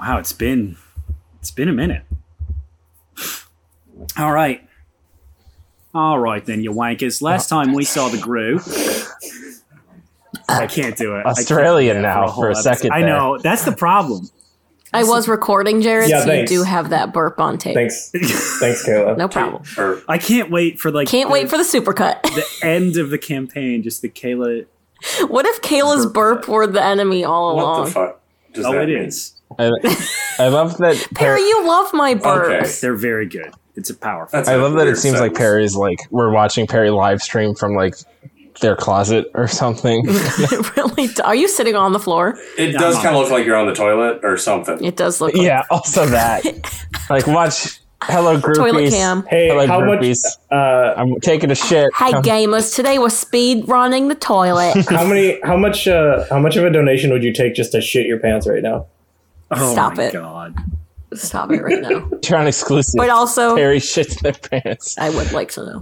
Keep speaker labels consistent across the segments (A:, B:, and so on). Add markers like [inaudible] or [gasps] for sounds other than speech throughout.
A: Wow, it's been it's been a minute. All right. All right then, you wankers. Last time we saw the Gru. I can't do it. I can't do
B: Australian
A: that
B: now
A: whole
B: for a
A: episode.
B: second
A: I
B: there.
A: know that's the problem.
C: I was recording, Jared,
D: Yeah,
C: so you
D: thanks.
C: do have that burp on
A: [laughs]
C: tape.
D: Thanks, thanks, Caleb.
C: No problem.
D: Or-
A: I can't wait for like
C: Can't
A: the,
C: wait for the supercut.
A: the end of the campaign. Just the Kayla.
C: [laughs] what if Kayla's burp were the enemy all
D: what
C: along?
D: the fuck? Does
A: Oh,
D: that
A: it
D: mean?
A: is.
B: I, I love that.
C: [laughs] Perry,
B: Perry,
C: you love my burps.
D: Okay.
A: They're very good. It's a powerful.
D: That's
B: I
D: a
B: love that
D: weird
B: it seems like
D: sentence.
B: Perry's like we're watching Perry live stream from like their closet or
C: [laughs]
B: something.
C: [laughs] it really do- Are you sitting on the floor?
D: It
A: Yeah,
D: does
A: I'm
D: kind of look like you're on the toilet or something.
C: It does look like
B: yeah, also that. Like watch Hello Groupies.
C: toilet cam.
D: Hey,
B: Hello
D: how much-
B: Groupies.
D: Uh,
B: I'm taking a shit. [laughs]
C: Hey
B: Come-
C: gamers, today we're speed running the toilet.
E: How many? How much? Uh, how much of a donation would you take just to shit your pants right now?
A: oh
C: Stop
A: my
C: it.
A: god.
C: Stop it right now.
B: You're on exclusive.
C: But also,
B: Perry shits their
C: [laughs]
B: pants.
C: I would like to know.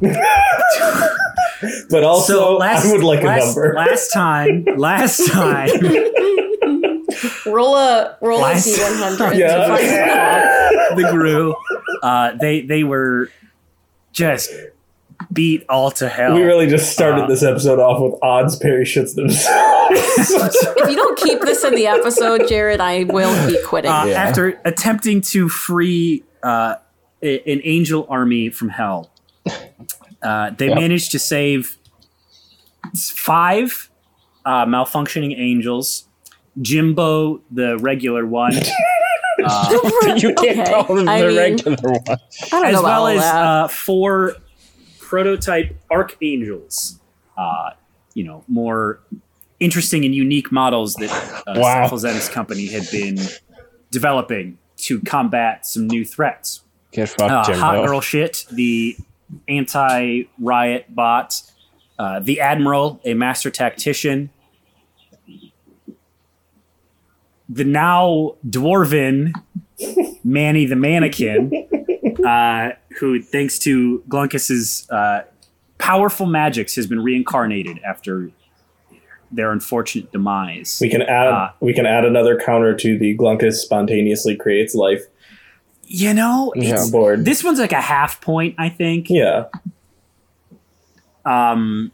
E: But also,
A: So last
E: I would like
A: last,
E: a number.
A: last time, last
E: [laughs]
A: time
C: Roll a roll
A: Last-
C: a d100.
E: Yeah.
C: to find out.
A: the Gru, uh, they they were just beat all to hell.
E: we really just started
A: Uh,
E: this episode off with odds Perry shits
A: [laughs] Uh,
E: themselves.
C: [laughs] If you don't keep this in the episode, Jared, I will be quitting.
A: uh,
B: [laughs] Yeah.
A: after attempting to free uh, a- an angel army from hell. Uh, they
B: Yep.
A: managed to save five uh, malfunctioning angels. Jimbo, the regular one,
C: [laughs]
A: uh,
B: you can't
C: Okay.
B: call them the
C: I mean,
B: regular one.
C: I don't know
A: as
C: about
A: well
C: all
A: as
C: that.
A: uh, four prototype archangels. Uh, you know, more interesting and unique models that uh,
B: Wow.
A: Cyclozenix company had been developing to combat some new threats.
B: Get fucked,
A: uh,
B: Jimbo.
A: hot girl shit the anti riot bot uh, the admiral a master tactician the now dwarven manny the mannequin uh, who thanks to glunkus's uh, powerful magics has been reincarnated after their unfortunate demise
E: we can add.
A: Uh,
E: we can add another counter to the Glunkus spontaneously creates life
A: you know
B: Yeah.
A: it's,
E: board.
A: this one's like a half point i think
E: Mm. yeah,
A: um,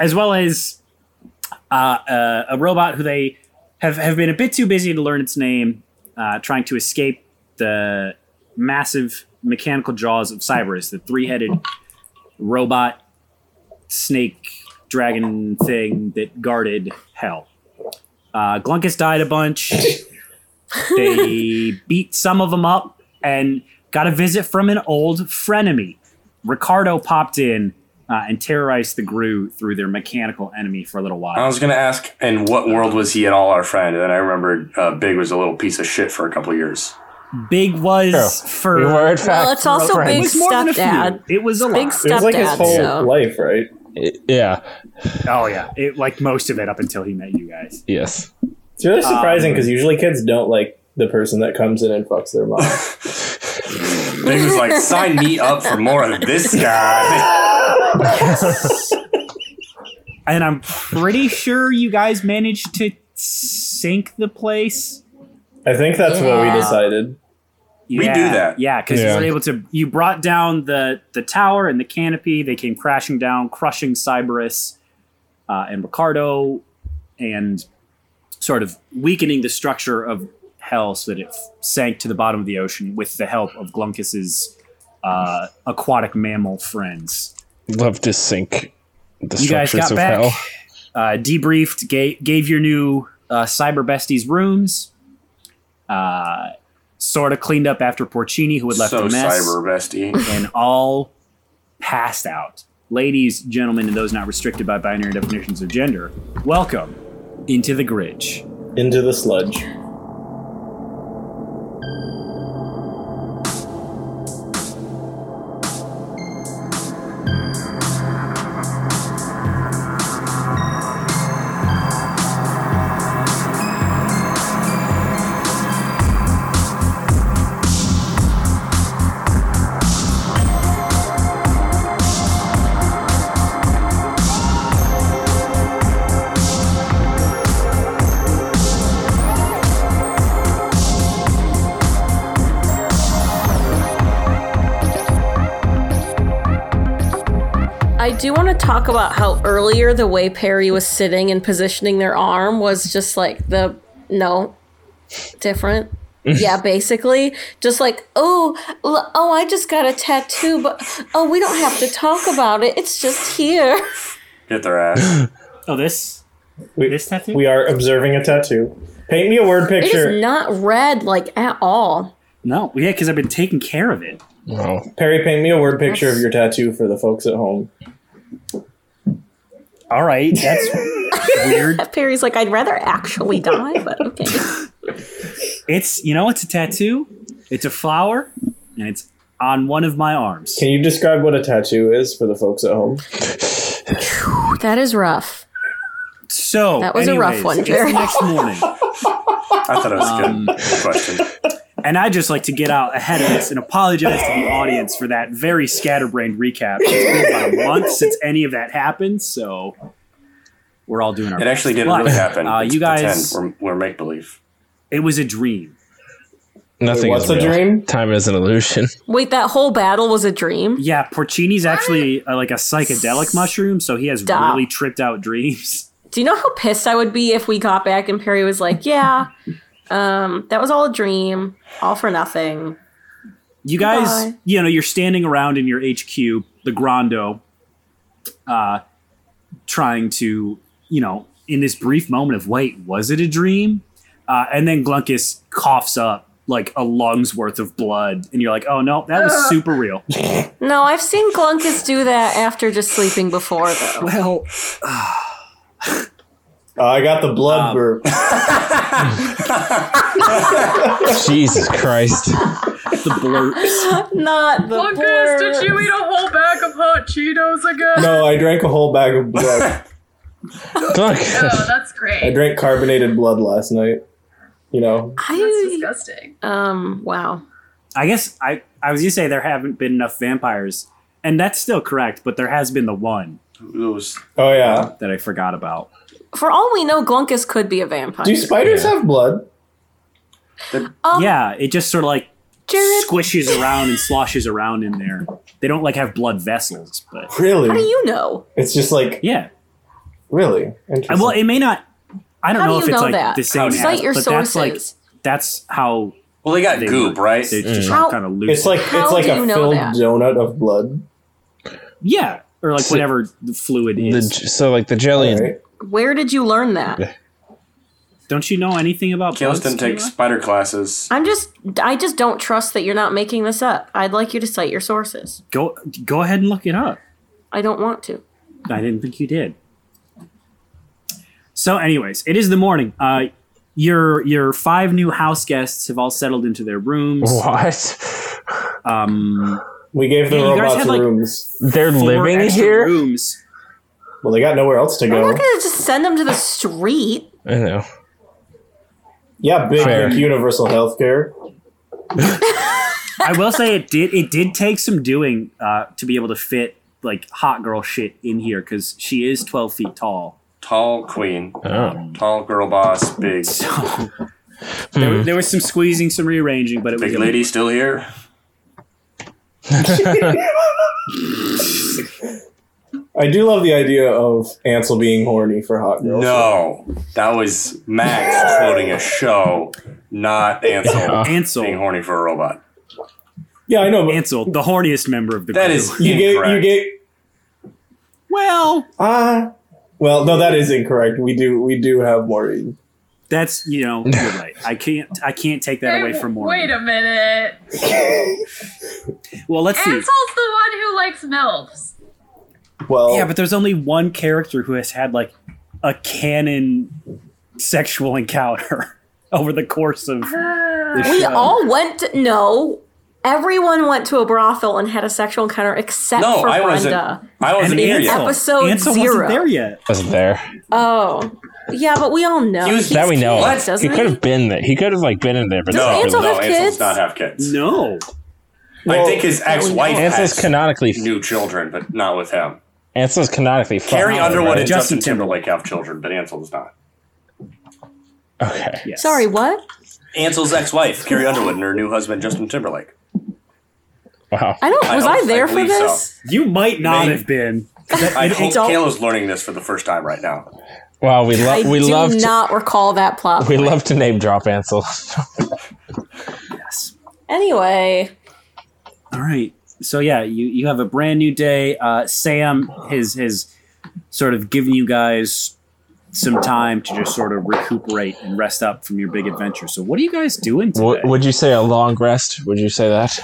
A: as well as uh, uh, a robot who they have, have been a bit too busy to learn its name, uh, trying to escape the massive mechanical jaws of Cerberus, the three headed robot snake dragon thing that guarded hell. Uh, Glunkus died a bunch. they beat some of them up and got a visit from an old frenemy. Ricardo popped in uh, and terrorized the Gru through their mechanical enemy for a little while.
D: I was gonna ask, in what world was he and all our friend? And then I remembered uh, Big was a little piece of shit for a couple of years.
A: Big was
B: True.
A: for
B: We were in fact.
C: well, it's also
A: it
C: big
A: was more than a few.
C: stepdad.
A: It was a
C: Big
A: lot.
C: step-
E: it was like his
C: Stepdad,
E: whole
C: so-
E: life, right?
B: yeah.
A: oh yeah, it like most of it up until he met you guys.
B: Yes.
E: It's really
A: Um,
E: surprising because usually kids don't like the person that comes in and
A: [laughs]
E: fucks their mom.
D: Big was like, sign me up for more
A: [laughs]
D: of this guy.
A: And I'm pretty sure you guys managed to sink the place.
E: I think that's what
C: Yeah.
E: we decided.
A: Yeah,
D: We do that.
A: Yeah, because
B: Yeah.
A: you were able to. You brought down the the tower and the canopy. They came crashing down, crushing Cyberus uh, and Ricardo, and sort of weakening the structure of Hell so that it sank to the bottom of the ocean with the help of Glunkus's uh, aquatic mammal friends.
B: Love to sink the
A: You guys
B: structures
A: got
B: of
A: back,
B: hell.
A: uh, debriefed, gave, gave your new uh, cyber besties rooms. Uh, sort of cleaned up after Porcini, who had left
D: so
A: a mess
D: cyber bestie.
A: and all passed out. Ladies, gentlemen, and those not restricted by binary definitions of gender, welcome into the Gridge.
E: Into the sludge.
C: I do want to talk about how earlier the way Perry was sitting and positioning their arm was just like the no different. yeah, basically, just like oh, l- oh, I just got a tattoo, but oh, we don't have to talk about it. It's just here.
D: Get their ass.
A: Oh, this.
E: We,
A: This tattoo?
E: we are observing a tattoo. Paint me a word
C: It is
E: picture.
C: not red like at all.
A: No, yeah, because I've been taking care of it.
B: No.
E: Perry, paint me a word picture of your tattoo for the folks at home.
A: All right,
E: [laughs]
A: that's weird.
C: Perry's like, I'd rather actually die, but okay.
A: It's you know, it's a tattoo. It's a flower, and it's on one of my arms.
E: Can you describe what a tattoo is for the folks at home?
C: that is rough.
A: So
C: That was a rough
A: anyways,
C: one,
A: it's
C: Jared.
A: the next morning,
D: I thought it was good.
A: Um,
D: good question.
A: and I just like to get out ahead of this and apologize to the audience for that very scatterbrained recap. It's been about a month since any of that happened, so we're all doing our.
D: It
A: best.
D: actually didn't
A: But,
D: really happen.
A: Uh,
D: It's
A: you guys,
D: pretend. we're, we're make believe.
A: it was a dream.
B: Nothing
E: What's
B: is
E: a
B: real.
E: dream?
B: Time is an illusion.
C: Wait, that whole battle was a dream?
A: Yeah, Porcini's actually uh, like a psychedelic mushroom, so he has
C: Stop.
A: really tripped out dreams.
C: Do you know how pissed I would be if we got back and Perry was like, yeah, um, that was all a dream, all for nothing.
A: You guys,
C: Goodbye.
A: you know, you're standing around in your HQ, the Grondo, uh, trying to, you know, in this brief moment of wait, was it a dream? Uh, and then Glunkus coughs up like a lung's worth of blood, and you're like, oh no, that
C: [laughs]
A: was super real.
C: No, I've seen Glunkus do that after just sleeping before, though.
A: Well,
E: Uh, I got the blood
A: Um, [laughs]
E: burp.
B: Jesus Christ.
A: the blurps.
C: Not the
F: Lucas, did you
C: blur.
F: eat a whole bag of hot Cheetos again?
E: No, I drank a whole bag of
D: [laughs]
E: blood.
B: Look.
F: Oh, that's
E: I
F: great.
E: drank carbonated blood last night. You know,
F: That's
C: I,
F: disgusting.
C: um, wow.
A: I guess I, I was gonna say there haven't been enough vampires, and that's still correct, but there has been the one
D: Those
E: Oh yeah.
A: that I forgot about.
C: For all we know, Glunkus could be a vampire.
E: Do spiders have blood?
C: Um,
A: yeah, it just sort of like
C: Jared,
A: squishes around and sloshes around in there. They don't like have blood vessels, but
E: Really?
C: how do you know?
E: it's just like
A: yeah.
E: really interesting.
A: And, well, it may not. I don't
C: How do
A: know if
C: you
A: it's
C: know
A: like
C: that?
A: the same.
C: Cite
A: as,
C: your
A: but
C: sources.
A: That's like that's how
D: Well, they got
A: they
D: goop,
A: work.
D: right?
A: They just
B: Mm.
A: all kind of loose.
E: it's like
C: How
E: it's like
C: do
E: a
C: you know
E: filled
C: that?
E: donut of blood.
A: yeah, or like
B: So-
A: whatever the fluid
B: The,
A: is.
B: j- so, like, the jelly. and-
E: Right?
C: Where did you learn that?
A: don't you know anything about?
D: Kalos
A: bugs,
D: didn't take
A: Kayla?
D: spider classes.
C: I'm just, I just don't trust that you're not making this up. I'd like you to cite your sources.
A: Go go ahead and look it up.
C: I don't want to.
A: I didn't think you did. So, anyways, it is the morning. Uh, your your five new house guests have all settled into their rooms.
B: Oh, What?
A: Um,
E: We gave the
A: Yeah, you guys
E: robots
A: had, like-
E: rooms.
B: They're
A: four
B: living
A: extra
B: here?
A: Rooms.
E: Well, they got nowhere else to
C: I'm
E: go.
C: not gonna just send them to the street.
B: I know.
E: Yeah, big
B: Fair.
E: like, universal healthcare.
A: I will say it did it did take some doing uh, to be able to fit like hot girl shit in here because she is twelve feet
B: [laughs]
A: tall.
D: Tall queen,
B: Oh.
D: tall girl boss, big
A: So
B: Hmm.
A: there, there was some squeezing, some rearranging, but it was
D: big lady still here.
E: I do love the idea of Ansel being horny for hot girls.
D: No, that was Max quoting a show, not Ansel being
A: Ansel.
D: horny for a robot.
E: Yeah, I know, but
A: Ansel, the horniest member of the
D: That
A: group.
D: is
E: you gave you
D: incorrect.
E: gave
A: well.
E: ah. well, no, that is incorrect. We do we do have Maureen.
A: That's you
B: [laughs]
A: know you're right. I can't I can't take that away
F: Hey,
A: from more.
F: Wait a minute.
A: Well, let's see.
F: Ansel's the one who likes MILFs.
E: [laughs] Well,
A: Yeah, but there's only one character who has had like a canon sexual encounter [laughs] over the course of.
F: Ah,
A: the
C: We
A: show.
C: all went. To, no, everyone went to a brothel and had a sexual encounter except
D: No,
C: for
D: I wasn't.
C: Brenda.
D: I wasn't
A: And
D: here yet.
A: Ansel.
C: Episode
A: Ansel
C: zero.
A: wasn't there yet.
B: Wasn't there.
C: Oh, yeah, but we all know
D: He was-
C: He's
B: that we know.
C: cute,
D: What?
B: He
C: Doesn't he?
B: could have been there. He could have, like, been in there, but
D: No,
B: not
C: Ansel
D: no,
C: have
D: Ansel
C: kids?
D: does not have kids.
A: No.
D: I
E: Well,
D: think his ex-wife
B: Ansel's
D: has
B: canonically
D: new children, but not with him.
B: Ansel's canonically fucked.
D: Carrie Underwood and
B: right?
A: Justin
D: Justin Timberlake have children, but Ansel does not.
B: Okay.
A: Yes.
C: Sorry, what?
D: Ansel's ex-wife, Carrie Underwood, and her new husband, Justin Timberlake.
B: Wow.
C: I don't.
D: I
C: was
D: don't-
C: I there
D: I
C: for
D: believe so.
C: this?
A: You might not
D: Maybe.
A: have been.
D: I hope
C: don't-
D: Kayla's learning this for the first time right now.
B: Wow, we
C: I
B: love we
C: do
B: love to,
C: not recall that plot.
B: we
C: point.
B: love to name drop Ansel. [laughs]
A: Yes.
C: anyway,
A: All right. So yeah, you you have a brand new day. Uh, Sam has has sort of given you guys some time to just sort of recuperate and rest up from your big adventure. So what are you guys doing today?
B: W- would you say a long rest? Would you say that?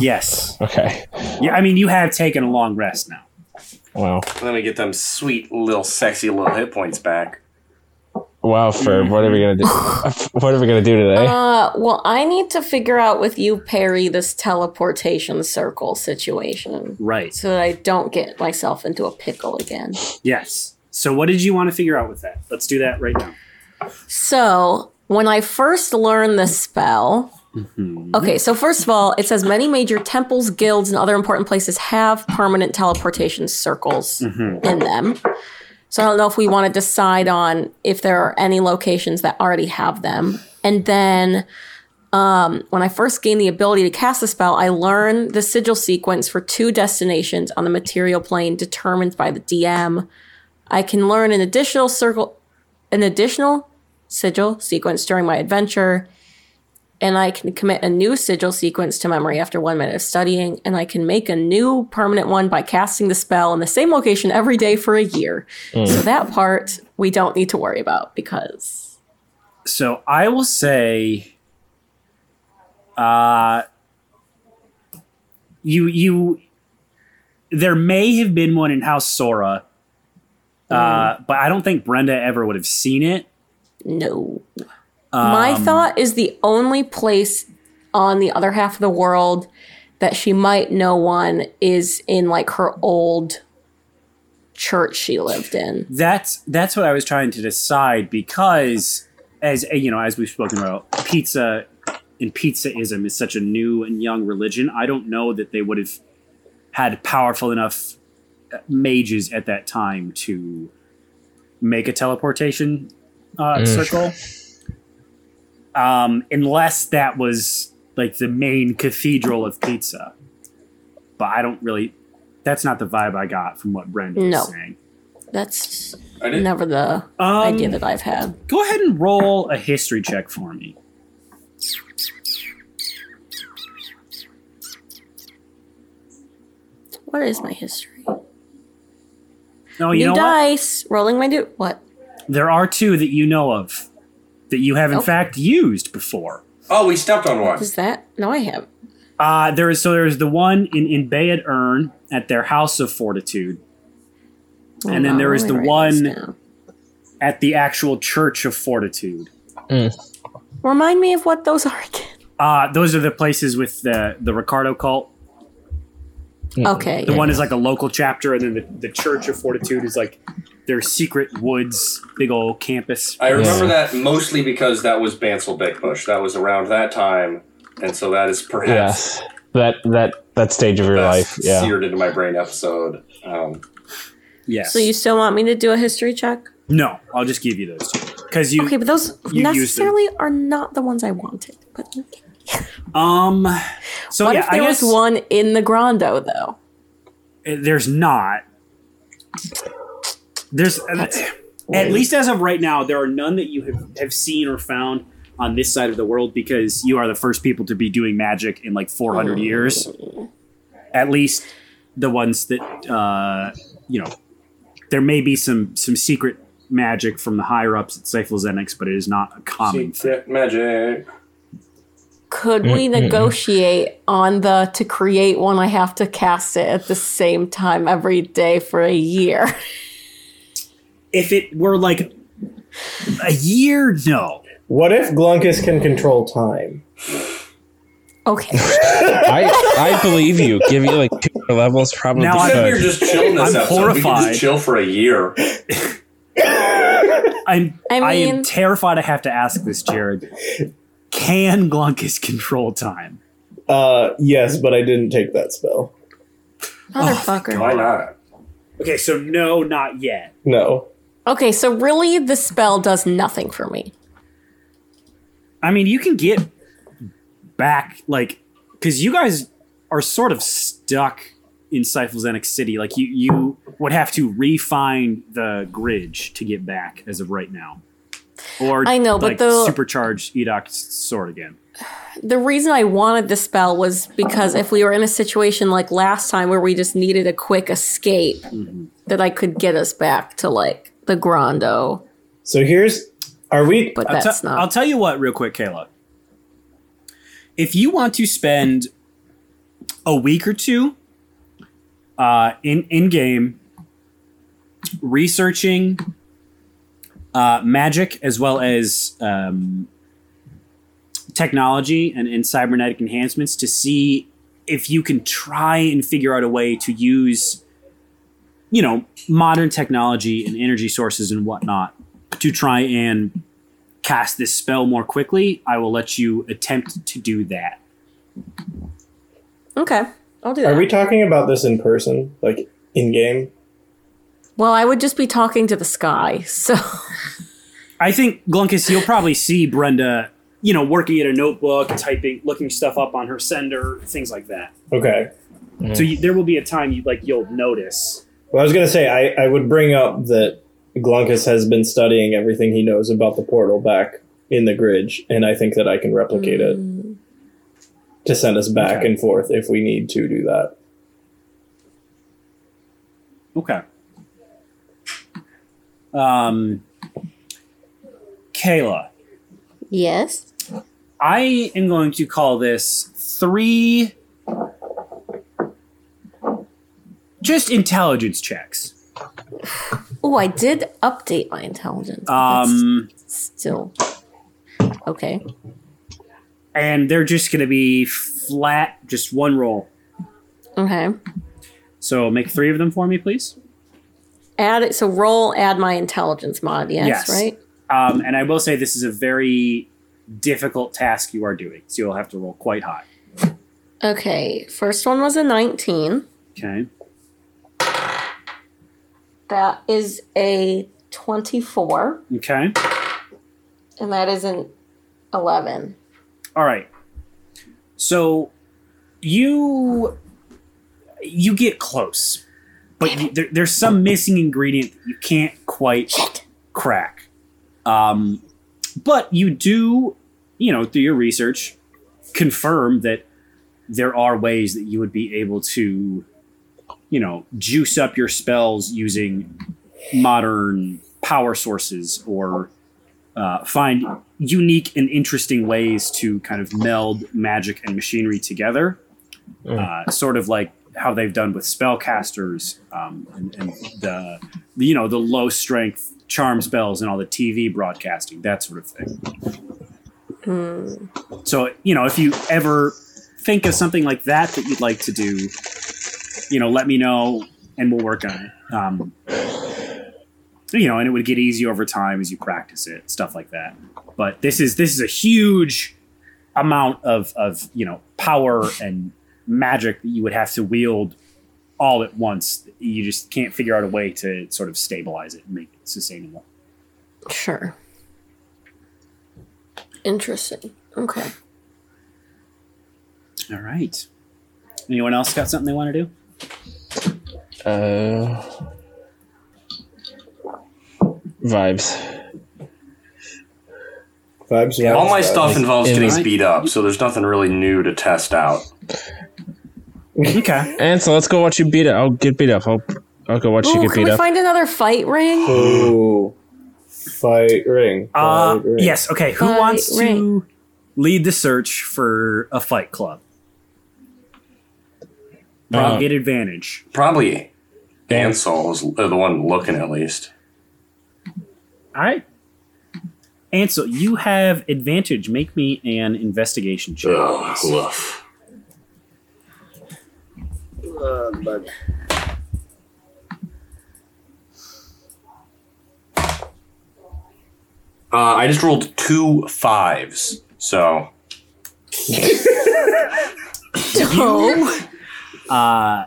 A: yes.
B: Okay.
A: Yeah, I mean you have taken a long rest now.
B: Wow.
D: Let me get them sweet little sexy little hit points back.
B: Wow, Ferb, what are we
C: [laughs]
B: gonna do? what are we gonna do today?
C: uh, well, I need to figure out with you, Perry, this teleportation circle situation
A: Right.
C: so that I don't get myself into a pickle again.
A: Yes. So what did you want to figure out with that? Let's do that right now.
C: So, when I first learned this spell, okay, so first of all, it says many major temples, guilds, and other important places have permanent teleportation circles in them. So, I don't know if we want to decide on if there are any locations that already have them. And then um, when I first gained the ability to cast the spell, I learned the sigil sequence for two destinations on the material plane determined by the DM. I can learn an additional circle, an additional sigil sequence during my adventure, and I can commit a new sigil sequence to memory after one minute of studying, and I can make a new permanent one by casting the spell in the same location every day for a year. So that part we don't need to worry about because
A: So I will say, uh, you you, there may have been one in House Sora, uh, but I don't think Brenda ever would have seen it.
C: no. my
A: Um,
C: thought is the only place on the other half of the world that she might know one is in like her old church she lived in.
A: That's that's what I was trying to decide because, as uh, you know, as we've spoken about, pizza and pizzaism is such a new and young religion. I don't know that they would have had powerful enough uh, mages at that time to make a teleportation uh, circle, um, unless that was like the main cathedral of pizza. But I don't really. That's not the vibe I got from what Brandon
C: No.
A: was saying.
C: That's
D: I did-
C: never the
A: Um,
C: idea that I've had.
A: Go ahead and roll a history check for me.
C: Where is my history?
A: No,
C: New
A: Oh, you know what?
C: dice. Rolling my do what?
A: There are two that you know of that you have in
C: Nope.
A: fact used before.
D: Oh, we stepped on one.
C: Is that? No, I have.
A: Uh, there is so there is the one in in Bayad Urn at their house of fortitude, And then there is the one- at the actual church of fortitude.
C: Remind me of what those are again.
A: Uh, those are the places with the the Ricardo cult. [laughs]
C: Okay.
A: The
C: yeah.
A: one is like a local chapter, and then the, the church of fortitude is like their secret woods, big old campus.
D: I remember
B: Yeah.
D: that mostly because that was Bansal Big Bush. That was around that time, and so that is perhaps
B: yes. That that that stage of your life.
D: best
B: Yeah.
D: seared into my brain episode. Um,
A: Yes.
C: So you still want me to do a history check?
A: no, I'll just give you those because you
C: Okay, but those
A: you used them.
C: necessarily are not the ones I wanted. But
A: um. So
C: what
A: yeah,
C: if there
A: I guess
C: was one in the Grondo though?
A: Uh, there's not there's at least as of right now there are none that you have, have seen or found on this side of the world because you are the first people to be doing magic in like 400 years at least the ones that uh, you know there may be some some secret magic from the higher ups at Cyphlozenix, but it is not a common thing
D: secret magic.
C: Could we negotiate on the to create one? I have to cast it at the same time every day for a year. [laughs]
A: if it were like a year no
E: What if Glunkus can control time?
A: [laughs]
C: Okay.
B: I I believe you. Give you like two more levels, probably.
A: Now I'm-
D: Except
B: could.
D: you're just chilling this
A: I'm
D: episode. We can
A: horrified.
D: just chill for a year.
A: I'm I,
C: I
A: am
C: mean-
A: terrified I have to ask this, Jared. Can Glunkus control time?
E: Uh, yes, but I didn't take that spell.
D: Why
A: Oh,
C: Motherfucker.
D: not?
A: Okay, so no, not yet.
E: No.
C: okay, so really the spell does nothing for me.
A: I mean, you can get back like because you guys are sort of stuck in Cyphlozenic City. Like you, you would have to refine the Gridge to get back as of right now, or
C: I know, but
A: like,
C: the-
A: supercharge Edoc's sword again.
C: The reason I wanted the spell was because if we were in a situation like last time where we just needed a quick escape,
A: Mm-hmm.
C: that I could get us back to like the Grondo.
E: So here's are we
C: But
A: I'll,
C: that's
A: te-
C: not.
A: I'll tell you what, real quick, Kayla. If you want to spend a week or two uh, in in game researching uh, magic as well as um, technology and, and cybernetic enhancements to see if you can try and figure out a way to use you know modern technology and energy sources and whatnot to try and cast this spell more quickly, I will let you attempt to do that.
C: okay, I'll do that.
E: are we talking about this in person, like in game?
C: well, I would just be talking to the sky, so
A: I think Glunkus, you'll probably see Brenda, you know, working at a notebook, typing, looking stuff up on her sender, things like that.
E: Okay.
A: So you, there will be a time you like you'll notice.
E: Well, I was gonna say I, I would bring up that Glunkus has been studying everything he knows about the portal back in the Gridge, and I think that I can replicate it to send us back
A: Okay.
E: and forth if we need to do that.
A: Okay. Um, Kayla,
C: [laughs] yes.
A: I am going to call this three just intelligence checks.
C: Oh, I did update my intelligence. but that's
A: Um,
C: still okay.
A: and they're just going to be flat, just one roll.
C: Okay,
A: So make three of them for me, please.
C: add it. So roll, add my intelligence mod. Yes,
A: Yes.
C: right.
A: Um, and I will say this is a very difficult task you are doing, so you'll have to roll quite high.
C: Okay, first one was a nineteen.
A: Okay,
C: That is a 24,
A: okay,
C: and that is an 11.
A: all right. So you you get close, but you, there, there's some missing ingredient that you can't quite crack. Um, but you do, you know, through your research, confirm that there are ways that you would be able to, you know, juice up your spells using modern power sources or uh, find unique and interesting ways to kind of meld magic and machinery together, uh, sort of like how they've done with spellcasters um, and, and the you know the low strength charm spells and all the TV broadcasting that sort of thing.
C: Hmm,
A: So you know if you ever think of something like that that you'd like to do, you know let me know and we'll work on it. Um, you know, and it would get easier over time as you practice it, stuff like that. But this is this is a huge amount of of you know power and magic that you would have to wield all at once. You just can't figure out a way to sort of stabilize it and make it sustainable.
C: Sure. Interesting. Okay.
A: All right. Anyone else got something they want to do?
B: Uh, vibes.
E: Vibes.
B: Yeah,
E: vibes,
D: All my
E: vibes.
D: stuff involves
B: in
D: getting
B: the-
D: beat up, so there's nothing really new to test out.
A: Okay.
B: And so let's go watch you beat up. I'll get beat up. I'll, I'll go watch
C: Ooh,
B: you get
C: can
B: beat
C: we
B: up.
C: find another
B: [laughs]
C: fight ring?
E: Ooh. Fight ring.
A: Uh,
E: Fight ring.
A: yes. Okay. Who
C: Fight
A: wants
C: ring.
A: to lead the search for a fight club? Rob,
B: Uh,
A: get advantage.
D: Probably Ansel was uh, the one looking at least.
A: All right. Ansel, you have advantage. Make me an investigation check.
D: Ugh, woof. Uh, I just rolled two fives, so
C: No.
A: Uh,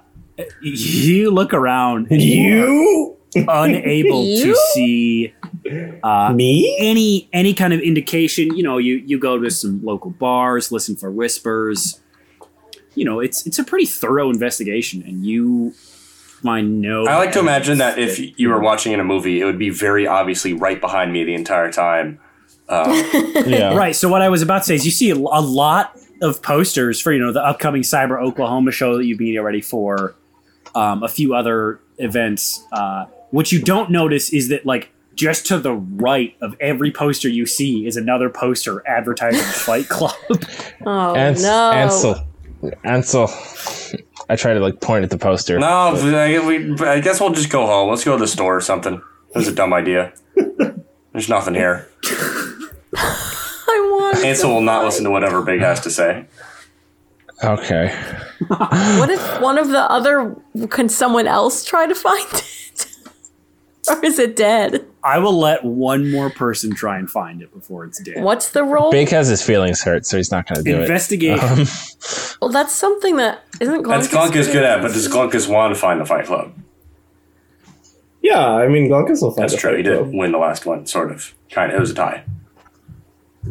A: you look around,
E: [laughs] You
A: unable to
C: You?
A: see uh,
D: Uh,
E: me?
A: any any kind of indication. You know, you you go to some local bars, listen for whispers. you know, it's it's a pretty thorough investigation, and you find no.
D: I like to
A: evidence
D: imagine that if you were watching in a movie, it would be very obviously right behind me the entire time.
B: Yeah.
A: Right. So what I was about to say is, you see a a lot of posters for you know the upcoming Cyber Oklahoma show that you've been already for, um, a few other events. Uh, what you don't notice is that like just to the right of every poster you see is another poster advertising Fight Club.
C: Oh
B: Ans-
C: no!
B: Ansel. Ansel. I try to like point at the poster.
D: No, I, we, I guess we'll just go home. Let's go to the store or something. That was a dumb idea. There's nothing here.
C: I want.
D: Ansel will not listen to whatever Big has to say.
B: Okay.
C: What if one of the other? Can someone else try to find it, [laughs] or is it dead?
A: I will let one more person try and find it before it's dead.
C: What's the role?
B: Big has his feelings hurt, so he's not going to do it.
A: Investigate.
C: well, that's something that isn't.
D: That's Glunk is good at, but does Glunkus want to find the Fight Club?
E: [laughs] Yeah, I mean, Glunkus will find
D: That's
E: a
D: true. He
E: fight,
D: did
E: though.
D: win the last one, sort of. Kind of. It was a tie.
C: [laughs]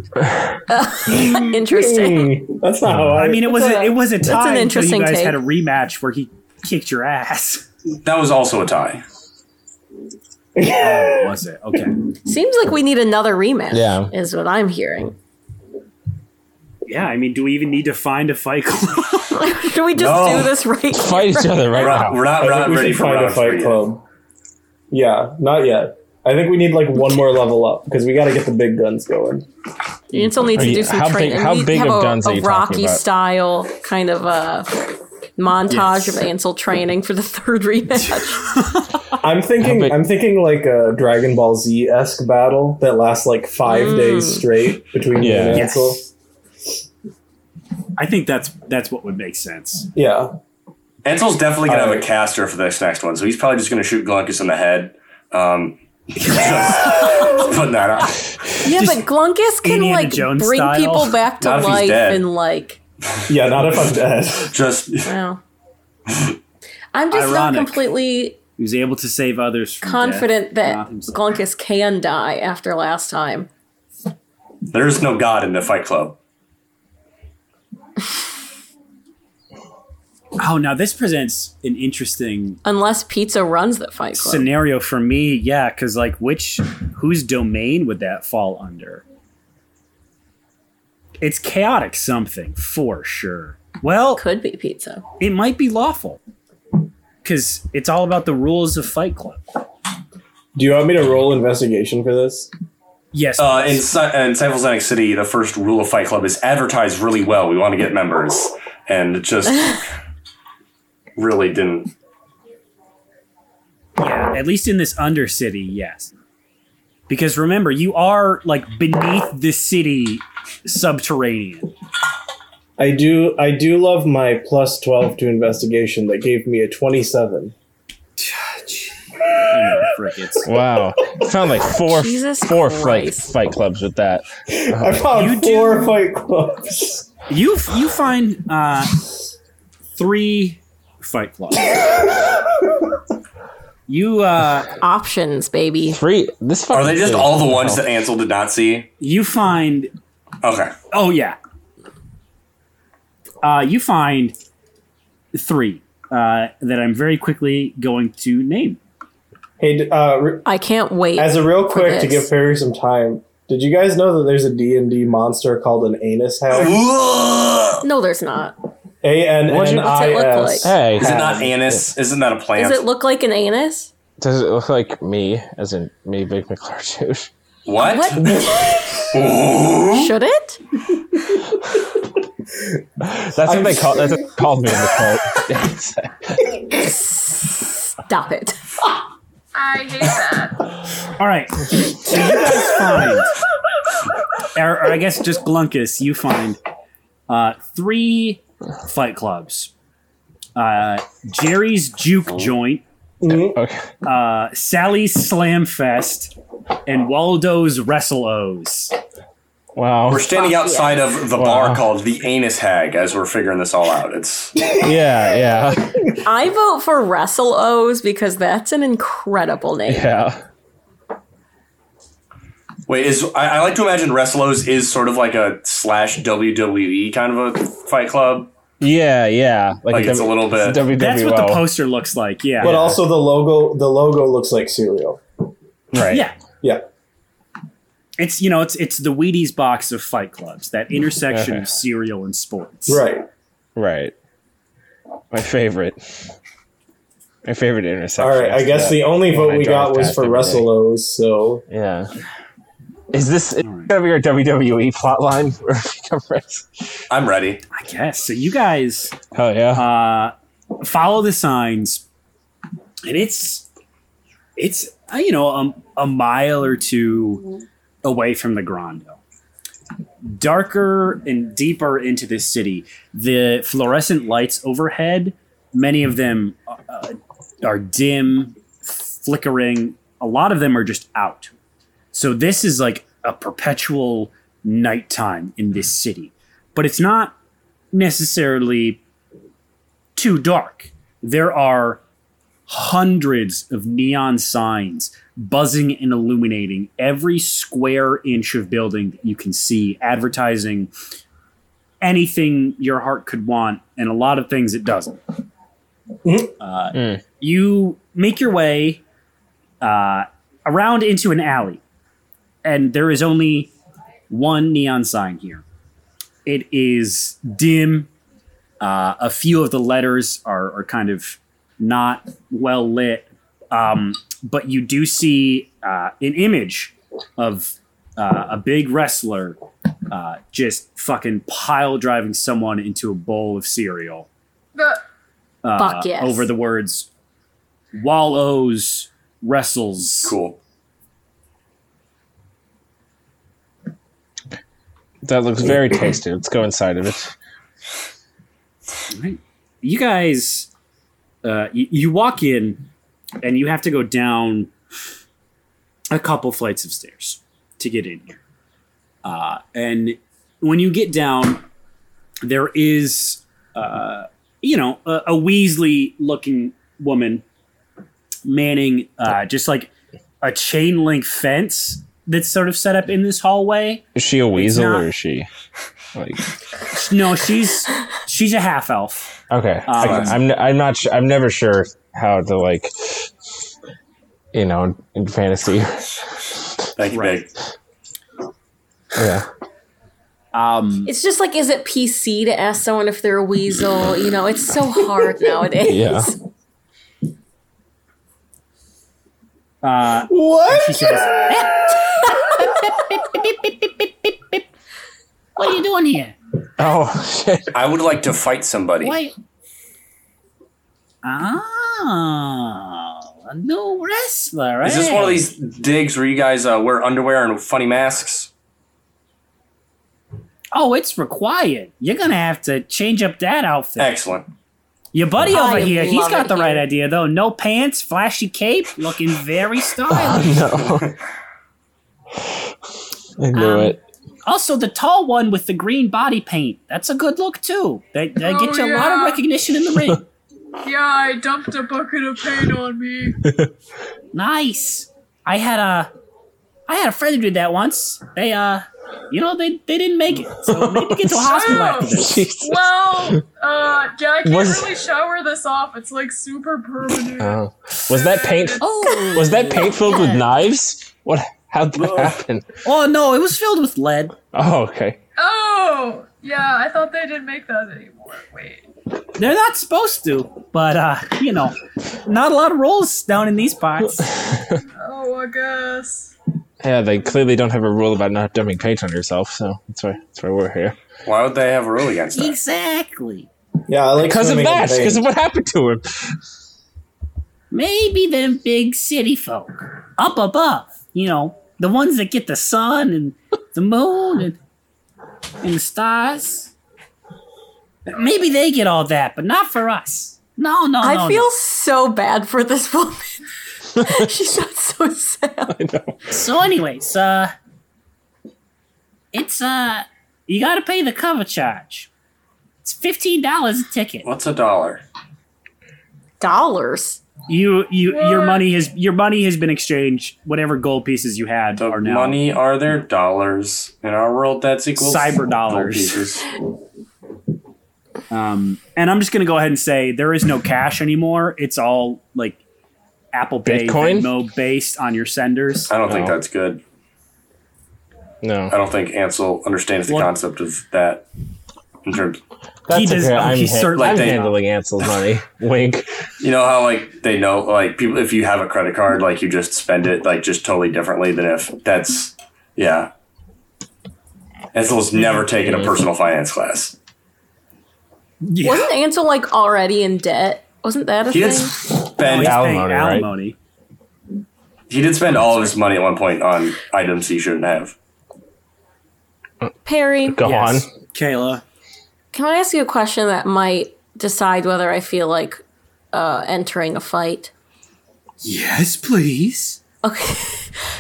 C: Interesting.
E: Hmm, That's not how I,
A: Uh, I
E: [laughs]
A: mean, it was
C: That's
A: a,
C: a-
A: it was a tie. until
C: interesting
A: You guys
C: take.
A: had a rematch where he kicked your ass.
D: That was also a tie.
A: Was it okay?
C: Seems like we need another rematch.
B: Hmm. Yeah.
C: is what I'm hearing.
A: Yeah, I mean, do we even need to find a fight club?
C: [laughs] Can we just
D: No.
C: do this right?
B: Fight each other right
D: We're not, we're
B: now.
D: not,
E: I
D: we're
E: think
D: not
E: we
D: ready
E: should
D: for
E: find a
D: round
E: fight
D: three. yet.
E: club. Yeah, not yet. I think we need like one more level up because we got to get the big guns going.
C: It's only
B: Are
C: to
B: you-
C: do some
B: how big-
C: training.
B: how
C: We
B: big
C: have
B: of
C: a,
B: guns are
C: a
B: you talking
C: Rocky
B: about?
C: style kind of uh, montage of Ansel training for the [laughs] third rematch.
E: I'm thinking.
B: big-
E: I'm thinking like a Dragon Ball Z esque battle that lasts like five days straight between you and
B: Yeah.
E: Ansel.
A: I think that's that's what would make sense.
E: Yeah,
D: Ansel's definitely going to have a
E: Alright.
D: caster for this next one, so he's probably just going to shoot Glunkus in the head. Um, [laughs] just putting that out.
C: yeah, but Glunkus can
A: Indiana
C: like
A: Jones
C: bring
A: style.
C: people back to
D: Not if he's
C: life
D: dead.
C: and like.
E: yeah. Not if I'm dead. [laughs]
D: Just
C: Wow. I'm just not
A: Ironic.
C: completely
A: He was able to save others. From
C: confident
A: not
C: that
A: himself.
C: Glunkus can die after last time.
D: there is no god in the Fight Club.
A: death. Oh, now this presents an interesting
C: Unless Pizza runs the fight club.
A: scenario for me. Yeah, because like, which whose domain would that fall under? It's chaotic something for sure. Well,
C: Could be Pizza.
A: it might be lawful because it's all about the rules of Fight Club.
E: Do you want me to roll investigation for this?
A: Yes,
D: Uh, in, Cy- in Cypher City, the first rule of Fight Club is advertise really well. We want to get members. And it just really didn't.
A: Yeah, at least in this undercity, yes. Because remember, you are like beneath the city subterranean.
E: I do. I do love my plus twelve to investigation that gave me a twenty-seven.
A: Frickets.
B: Wow. Found like four
C: Jesus
B: four like
C: Christ.
B: fight clubs with that. Uh-huh.
E: I
A: You
E: found
A: do-
E: four fight clubs.
A: You you find uh, three fight clubs. You uh,
C: Options, baby.
B: Three this
D: Are
B: fucking
D: they just
B: thing-
D: all the ones that Ansel did not see?
A: you find
D: Okay.
A: oh yeah. Uh, you find three uh, that I'm very quickly going to name.
E: Hey, d- uh, re-
C: I can't wait.
E: As a real quick to
C: this.
E: give Perry some time, did you guys know that there's a D&D monster called an anus hag?
D: Is
C: no, there's not.
E: A N N I S.
C: What's it look like?
B: Hey,
D: it not anus? Isn't that a
C: Does
D: plant?
C: it look like an anus?
B: does it look like me, as in me, Big McClartude?
D: what?
C: What? Should it?
B: [laughs] That's what they call. That's what they called me in the cult. [laughs]
C: Stop it.
F: I hate that.
A: All right. So you guys find, or, or I guess just Glunkus, you find uh, three fight clubs uh, Jerry's Juke Joint,
B: okay.
A: uh, Sally's Slam Fest, and Waldo's Wrestle O's.
B: Wow.
D: We're standing outside of the bar
B: Wow.
D: called the Anus Hag as we're figuring this all out. It's
B: Yeah. Yeah.
C: I vote for Wrestle O's because that's an incredible name.
B: Yeah.
D: wait, is I, I E like to imagine Wrestlos is sort of like a slash WWE kind of a fight club.
B: Yeah, yeah.
D: Like it's a little bit.
B: WWL.
A: That's what the poster looks like. Yeah.
E: But also the logo. The logo looks like cereal.
B: right.
A: yeah.
E: Yeah.
A: It's you know it's it's the Wheaties box of Fight Clubs that intersection of cereal and sports.
E: Right.
B: Right. My favorite. My favorite intersection.
E: All right. I
B: is
E: guess
B: that
E: the only
B: when
E: vote
B: I
E: we
B: drive
E: got was
B: past
E: for
B: every day.
E: Russellos. So
B: Yeah. Is this is gonna be our WWE plotline? [laughs] where we come from?
D: I'm ready.
A: I guess so. You guys
B: Hell Oh, yeah!
A: uh, follow the signs, and it's it's uh, you know a, a mile or two away from the Grondo. Darker and deeper into this city, the fluorescent lights overhead, many of them uh, are dim, flickering. A lot of them are just out. So this is like a perpetual nighttime in this city, but it's not necessarily too dark. There are hundreds of neon signs buzzing and illuminating every square inch of building that you can see, advertising anything your heart could want and a lot of things it doesn't. Uh,
B: Mm.
A: You make your way uh, around into an alley, and there is only one neon sign here. It is dim uh, a few of the letters are, are kind of not well lit, um, but you do see uh, an image of uh, a big wrestler uh, just fucking pile driving someone into a bowl of cereal
F: The
A: uh,
C: Fuck yes.
A: over the words "Wallows wrestles."
D: Cool.
B: that looks very tasty. Let's go inside of it.
A: Right. You guys, uh, you, you walk in, and you have to go down a couple flights of stairs to get in here. Uh, and when you get down, there is, uh, you know, a, a Weasley-looking woman manning uh, just like a chain link fence that's sort of set up in this hallway.
B: Is she a weasel
A: not-
B: or is she like
A: No, she's she's a half elf.
B: okay?
A: Um,
B: I, am I'm not. su- I'm never sure how to like. You know, in, in fantasy. [laughs]
D: Thank you,
A: Right.
D: Big.
B: yeah.
A: Um,
C: It's just like, is it PC to ask someone if they're a weasel? You know, it's so hard nowadays.
B: [laughs] Yeah.
A: uh,
E: what?
A: she says, What are you doing here?
B: Oh shit!
D: I would like to fight somebody.
A: Why? Ah, a new wrestler, eh? right?
D: Is this one of these digs where you guys uh, wear underwear and funny masks?
A: Oh, it's required. You're gonna have to change up that outfit.
D: Excellent.
A: Your buddy
C: I
A: over here, he's
C: love
A: got
C: it
A: the right
C: here.
A: idea though. No pants, flashy cape, looking very
C: [laughs]
A: stylish.
B: Oh, No. [laughs] I knew
A: Um,
B: it. [laughs]
A: also, the tall one with the green body paint—that's a good look too. That, that
F: Oh,
A: gets you a lot of
F: yeah.
A: recognition in the
C: [laughs]
A: ring.
F: yeah, I dumped a bucket of paint on me.
A: Nice. I had a I had a friend who did that once. They uh you know they they didn't make it. So maybe get to a hospital after this.
B: Jesus.
F: Well, uh, yeah, I can't
B: Was-
F: really shower this off. It's like super permanent.
B: Oh. Was that paint?
C: Oh,
B: Was that paint filled with knives? What? How'd that happen?
A: Oh no, it was filled with lead.
B: Oh, okay.
F: oh, yeah, I thought they didn't make those anymore. Wait.
A: They're not supposed to, but uh, you know, not a lot of rolls down in these parts.
F: Oh, I guess.
B: Yeah, they clearly don't have a rule about not dumping paint on yourself, so that's why that's why we're here.
D: Why would they have a rule against that?
A: [laughs] Exactly.
E: Yeah, I like
B: Because of
E: swimming in
B: that,
E: paint.
B: because of what happened to him.
A: Maybe them big city folk up above, you know, the ones that get the sun and the moon and, and the stars. Maybe they get all that, but not for us. No, no, no,
C: I
A: no.
C: feel so bad for this woman. [laughs] she sounds so sad.
B: [laughs]
A: So, anyways, uh, it's uh, you got to pay the cover charge. It's fifteen dollars a ticket.
D: What's a dollar?
C: Dollars.
A: You, you, your
F: What?
A: money has your money has been exchanged. Whatever gold pieces you had
D: The
A: are now
D: money are their dollars. In our world, that's equal
A: Cyber dollars.
D: pieces.
A: Um, and I'm just going to go ahead and say there is no cash anymore. It's all like Apple Pay,
B: Bitcoin?
A: Venmo based on your senders.
D: I don't think
B: No.
D: that's good.
B: No,
D: I don't think Ansel understands the
A: What?
D: concept of that. In terms,
B: that's
A: He does-
B: okay.
A: oh,
B: I'm,
A: he's
B: ha-
A: certainly
D: Like
B: I'm
D: they-
B: handling Ansel's money. [laughs] Wink.
D: you know how like they know like people if you have a credit card, like you just spend it like just totally differently than if that's yeah. Ansel's never taken a personal finance class.
A: Yeah.
C: Wasn't Ansel like already in debt? Wasn't that a
D: He did
C: thing?
A: Oh,
D: spend
A: he's paying
B: Alimony, right?
A: alimony.
D: he did spend all of his money at one point on items he shouldn't have.
C: Perry,
B: Go
A: Yes.
B: on.
A: Kayla.
C: can I ask you a question that might decide whether I feel like uh, entering a fight?
A: Yes, please.
C: Okay. [laughs]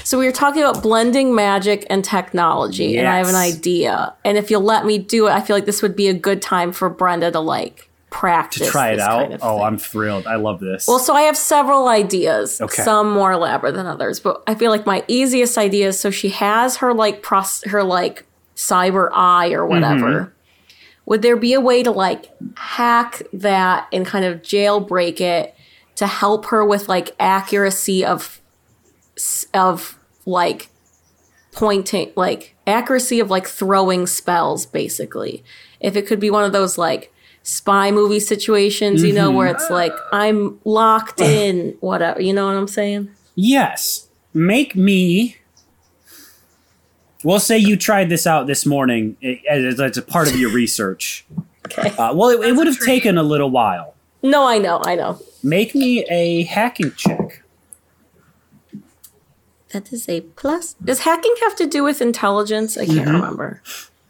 C: So we were talking about blending magic and technology, and I have an
A: Yes.
C: idea. And if you'll let me do it, I feel like this would be a good time for Brenda to like practice.
A: To try it
C: this
A: out.
C: kind of
A: oh,
C: thing.
A: I'm thrilled. I love this.
C: Well, so I have several ideas,
A: Okay.
C: some more elaborate than others, but I feel like my easiest idea is so she has her like pros- her like cyber eye or whatever.
A: Mm-hmm.
C: Would there be a way to like hack that and kind of jailbreak it to help her with like accuracy of s- of like pointing like accuracy of like throwing spells basically. If it could be one of those like spy movie situations, you
A: Mm-hmm.
C: know, where it's like I'm
A: [laughs]
C: locked in, whatever. You know what I'm saying?
A: Yes. Make me. We'll say you tried this out this morning eh, as, as a part of your
F: [laughs]
A: research.
C: Okay.
A: Uh, well, it, it would have
F: That's a treat.
A: taken a little while.
C: No, I know, I know.
A: Make me a hacking check.
C: That is a plus. Does hacking have to do with intelligence? I
A: Mm-hmm.
C: can't remember.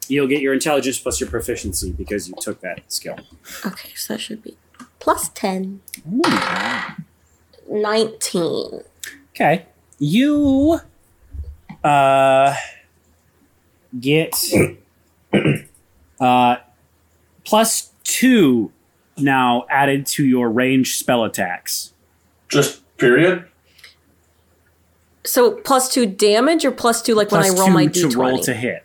A: You'll get your intelligence plus your proficiency because you took that skill.
C: Okay, so that should be plus 10. 19.
A: Okay. You uh get [clears throat] uh plus 2 now added to your range spell attacks.
D: Just period.
C: So plus 2 damage or plus 2 like
A: Plus
C: when I roll
A: 2
C: my
A: to
C: d20?
A: roll to hit.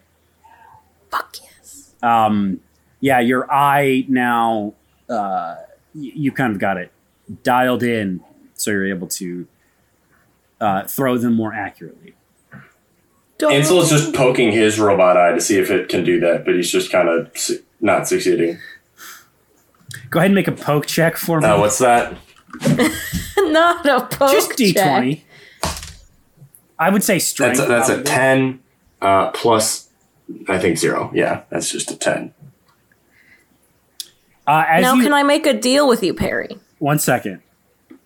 C: Fuck yes.
A: Um yeah, your eye now uh y- you kind of got it dialed in so you're able to uh throw them more accurately.
C: Don't-
D: Ansel is just poking his robot eye to see if it can do that, but he's just kind of su- not succeeding.
A: Go ahead and make a poke check for me.
D: Now, Uh, what's that?
C: [laughs] Not a poke
A: just d20
C: check.
A: i would say
D: That's
A: strength
D: a, that's a
A: probably.
D: ten uh, plus, I think zero. Yeah, that's just a ten.
A: uh, as
C: Now
A: you,
C: can I make a deal with you, Perry?
A: one second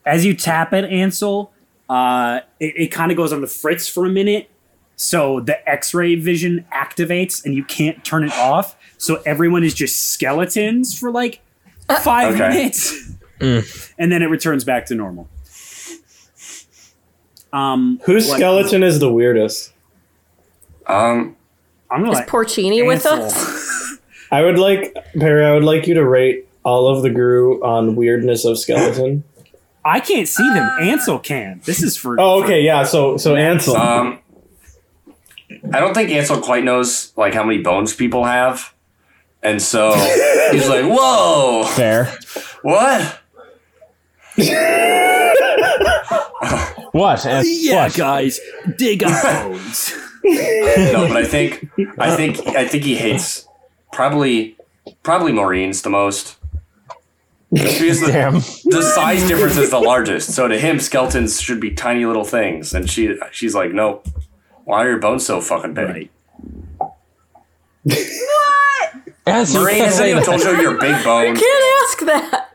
A: as you tap it ansel uh, it, it kind of goes on the fritz for a minute so the x-ray vision activates and you can't turn it off so everyone is just skeletons for like five
D: Okay.
A: minutes and then it returns back to normal um
E: Whose
A: Like-
E: skeleton is the weirdest?
D: Um,
A: i'm gonna
C: Is
A: let
C: Porcini with
A: Ansel-
C: us? [laughs]
E: I would like Perry. I would like you to rate all of the Gru on weirdness of skeleton.
A: i can't see them ansel can this is for
E: Oh, okay, yeah. So, so Ansel.
D: um, I don't think Ansel quite knows like how many bones people have, and [laughs] so he's like, "Whoa,
B: Fair.
D: what?"
B: What? Ansel,
A: yeah
B: what?
A: guys dig [laughs] up bones
D: No, but I think I think I think he hates probably probably Maureen's the most. Because the-
B: Damn.
D: the size difference is the largest. So to him, skeletons should be tiny little things, and she she's like, nope. Why are your bones so fucking big?
A: Right.
B: Ansel,
D: Maureen hasn't even told you your big bone.
C: Can't ask that.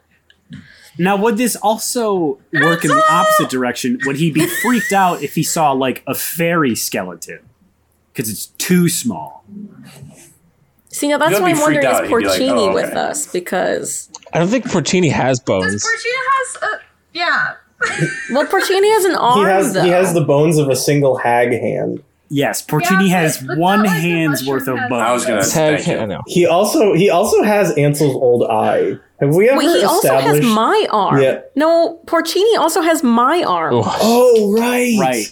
A: Now, would this also work in the opposite direction? Would he be freaked out if he saw like a fairy skeleton because it's too small?
C: See, now that's
D: You'd
C: why
D: be
C: I'm wondering
D: freaked
C: is
D: out. He'd be like,
C: Porcini
D: "Oh, okay."
C: with us because
B: I don't think Portini has
F: Because
B: bones.
F: Porcina has a yeah.
C: well, Porcini has an arm
E: he has
C: though.
E: he has the bones of a single hag hand.
A: Yes, Portini
F: Yeah, but-
A: has
F: but not
A: one
F: like the
A: hand's
F: mushroom
A: worth of
F: has-
A: bones.
D: I was gonna
B: Tag,
D: thank you.
B: I know.
E: He also he also has Ansel's old eye. Have we ever
C: Wait, he also has
E: established?
C: my arm.
E: Yeah.
C: No, Porcini also has my arm.
B: Oh,
E: oh right,
A: right.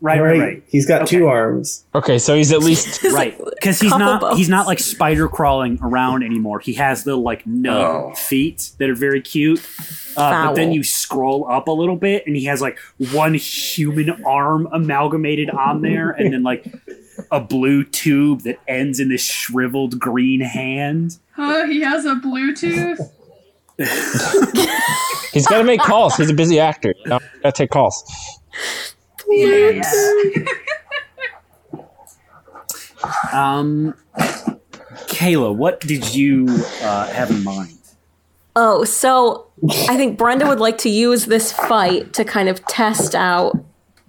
A: Right, right, right.
E: He's got
A: Okay.
E: two arms.
B: Okay, so he's at least
A: Right, because he's
C: couple
A: not he's
C: bones.
A: not like spider crawling around anymore. He has little like nub
D: Oh.
A: feet that are very cute. Uh, but then
C: Foul.
A: you scroll up a little bit, and he has like one human arm amalgamated on there, and then like a blue tube that ends in this shriveled green hand.
F: Huh? He has a Bluetooth.
A: [laughs]
B: he's got to make calls. He's a busy actor. You know? Got to take calls.
F: yeah.
A: [laughs] Um, Kayla, what did you uh, have in mind?
C: Oh, so I think Brenda would like to use this fight to kind of test out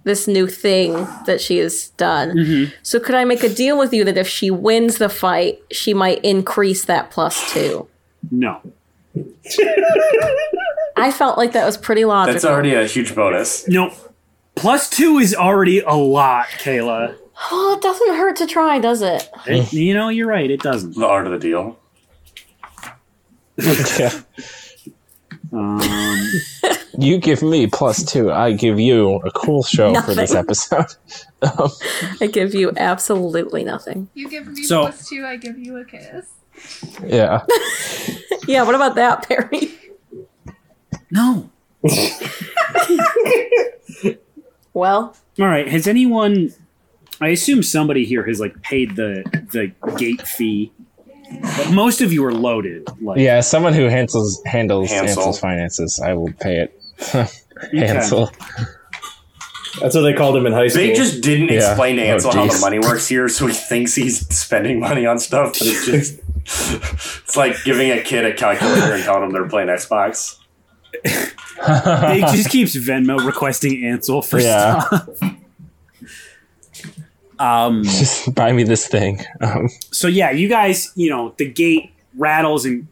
C: this new thing that she has done.
D: Mm-hmm.
C: So could I make a deal with you that if she wins the fight, she might increase that plus two?
A: No,
C: I felt like that was pretty logical.
D: That's already a huge bonus.
A: no. Plus two is already a lot, Kayla.
C: well, it doesn't hurt to try, does it?
A: It- you know, you're right. It
D: [laughs]
A: doesn't.
D: The art of the deal.
B: Yeah.
A: Um,
B: You give me plus two. I give you a cool show for this
C: Nothing.
B: episode. [laughs] Um,
C: I give you absolutely nothing.
F: You give me
A: So-
F: plus two, I give you a kiss.
B: yeah.
C: Yeah, what about that, Perry? [laughs]
A: no.
D: [laughs]
C: Well,
A: All right. Has anyone? I assume somebody here has like paid the the gate fee. But most of you are loaded. Like,
B: Yeah, someone who handles handles
D: Hansel.
B: Hansel's finances, I will pay it. [laughs]
A: Okay.
B: Hansel.
E: That's what they called him in high school.
D: They just didn't
B: Yeah.
D: explain to
B: Oh,
D: Ansel how the
B: geez.
D: money works here, so he thinks he's spending money on stuff, but it's just [laughs] it's like giving a kid a calculator and telling them they're playing Xbox.
A: [laughs]
B: [laughs]
A: It just keeps Venmo requesting Ansel for
B: Yeah.
A: stuff. [laughs] Um.
B: Just buy me this thing. Um,
A: So yeah, you guys, you know, the gate rattles and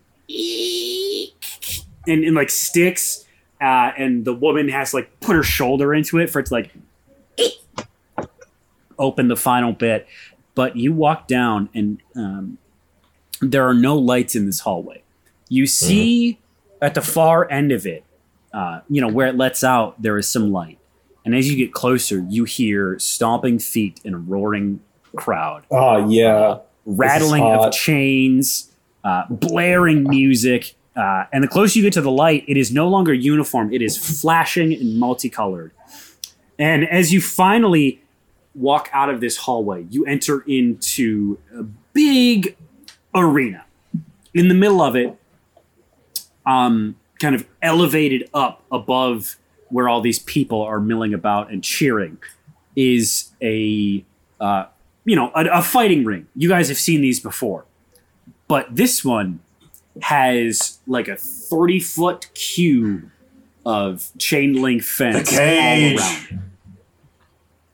A: and, and like sticks, uh, and the woman has to, like put her shoulder into it for it to like open the final bit. But you walk down, and um, there are no lights in this hallway. You see at the far end of it, uh, you know, where it lets out, there is some light. And as you get closer, you hear stomping feet and a roaring crowd
E: oh yeah.
A: rattling
E: This is
A: of
E: hot.
A: chains, uh, blaring music. Uh, and the closer you get to the light, it is no longer uniform. It is flashing and multicolored. And as you finally walk out of this hallway, you enter into a big arena. In the middle of it, um, kind of elevated up above where all these people are milling about and cheering, is a uh, you know, a, a fighting ring. You guys have seen these before. But this one has like a 30 foot cube of chain link fence
D: The cage.
A: all around.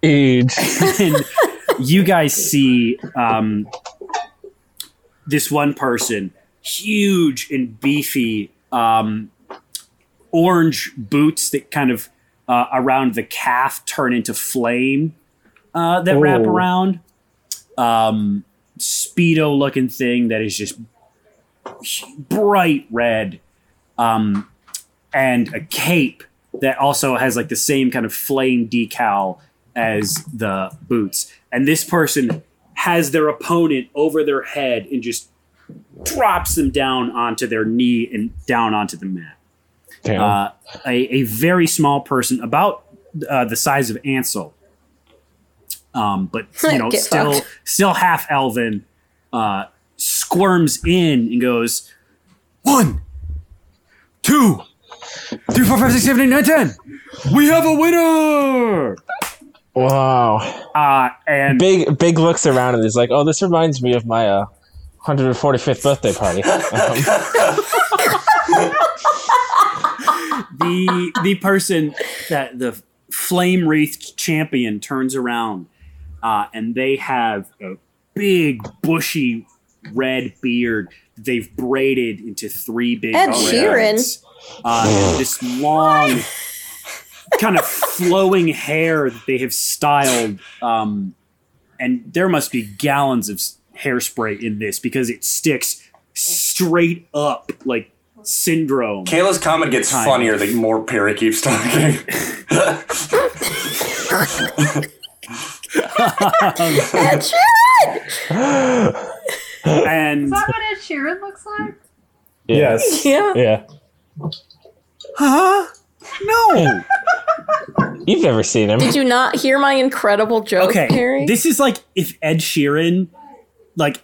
B: age.
A: And you guys see um, this one person, huge and beefy, um, orange boots that kind of uh, around the calf turn into flame uh, that wrap
E: Oh.
A: around. Um, Speedo looking thing that is just bright red. Um, and a cape that also has like the same kind of flame decal as the boots. And this person has their opponent over their head and just drops them down onto their knee and down onto the mat.
B: Damn.
A: Uh, a, a very small person, about uh, the size of Ansel, um,
C: [laughs]
A: but you know,
C: Get
A: still
C: fucked.
A: still half Elvin, uh, squirms in and goes one, two, three, four, five, six, seven, eight, nine, ten. We have a winner!
B: wow.
A: Uh, and
B: Big big looks around and is like, oh, this reminds me of my uh, 145th birthday
A: [laughs]
B: party. Um,
A: the the person that the flame wreathed champion turns around uh, and they have a big bushy red beard that they've braided into three big
C: Ed
A: braids.
C: Sheeran.
A: Uh, and this long kind of flowing hair that they have styled um, and there must be gallons of s- hairspray in this because it sticks straight up like syndrome
D: Kayla's comment gets
A: Time.
D: funnier the more Perry keeps talking.
C: Ed Sheeran!
A: and
F: Is that what Ed Sheeran looks like?
C: [laughs]
E: Yes.
C: Yeah.
B: Yeah.
A: huh? No.
B: You've never seen him.
C: Did you not hear my incredible joke,
A: Okay.
C: Harry?
A: This is like if Ed Sheeran like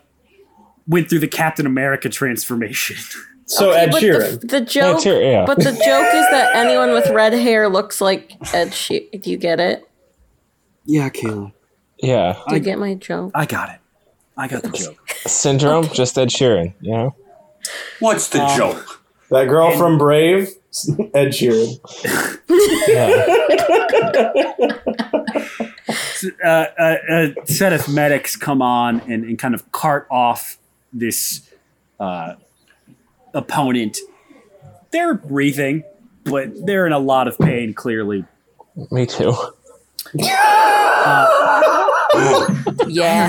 A: went through the Captain America transformation. [laughs]
E: So
C: Okay,
E: Ed
C: but
E: Sheeran.
C: The, the joke,
B: Ed Sheeran, yeah.
C: but the joke is that anyone with red hair looks like Ed Sheeran. Do you get it?
G: Yeah, Caleb.
B: Yeah.
C: Do you
A: I-
C: get my joke?
A: [laughs] I got it. I got the joke.
B: Syndrome, just Ed Sheeran, you know?
D: [laughs] What's the
B: Um,
D: joke?
E: that girl from Brave, [laughs] Ed Sheeran.
B: Yeah.
A: Uh, uh, uh, set of medics come on and, and kind of cart off this uh, opponent. They're breathing, but they're in a lot of pain. Clearly,
B: Me too. [laughs]
C: Yeah.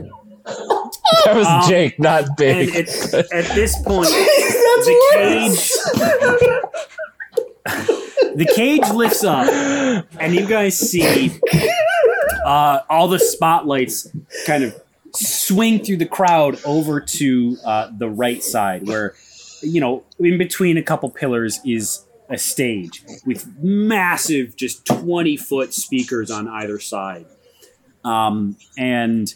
B: That was
A: Um,
B: Jake, not
A: and
B: Big.
A: at, at this point,
E: That's
A: the cage [laughs] the cage lifts up and you guys see uh, all the spotlights kind of swing through the crowd over to uh, the right side where you know in between a couple pillars is a stage with massive just 20 foot speakers on either side um, and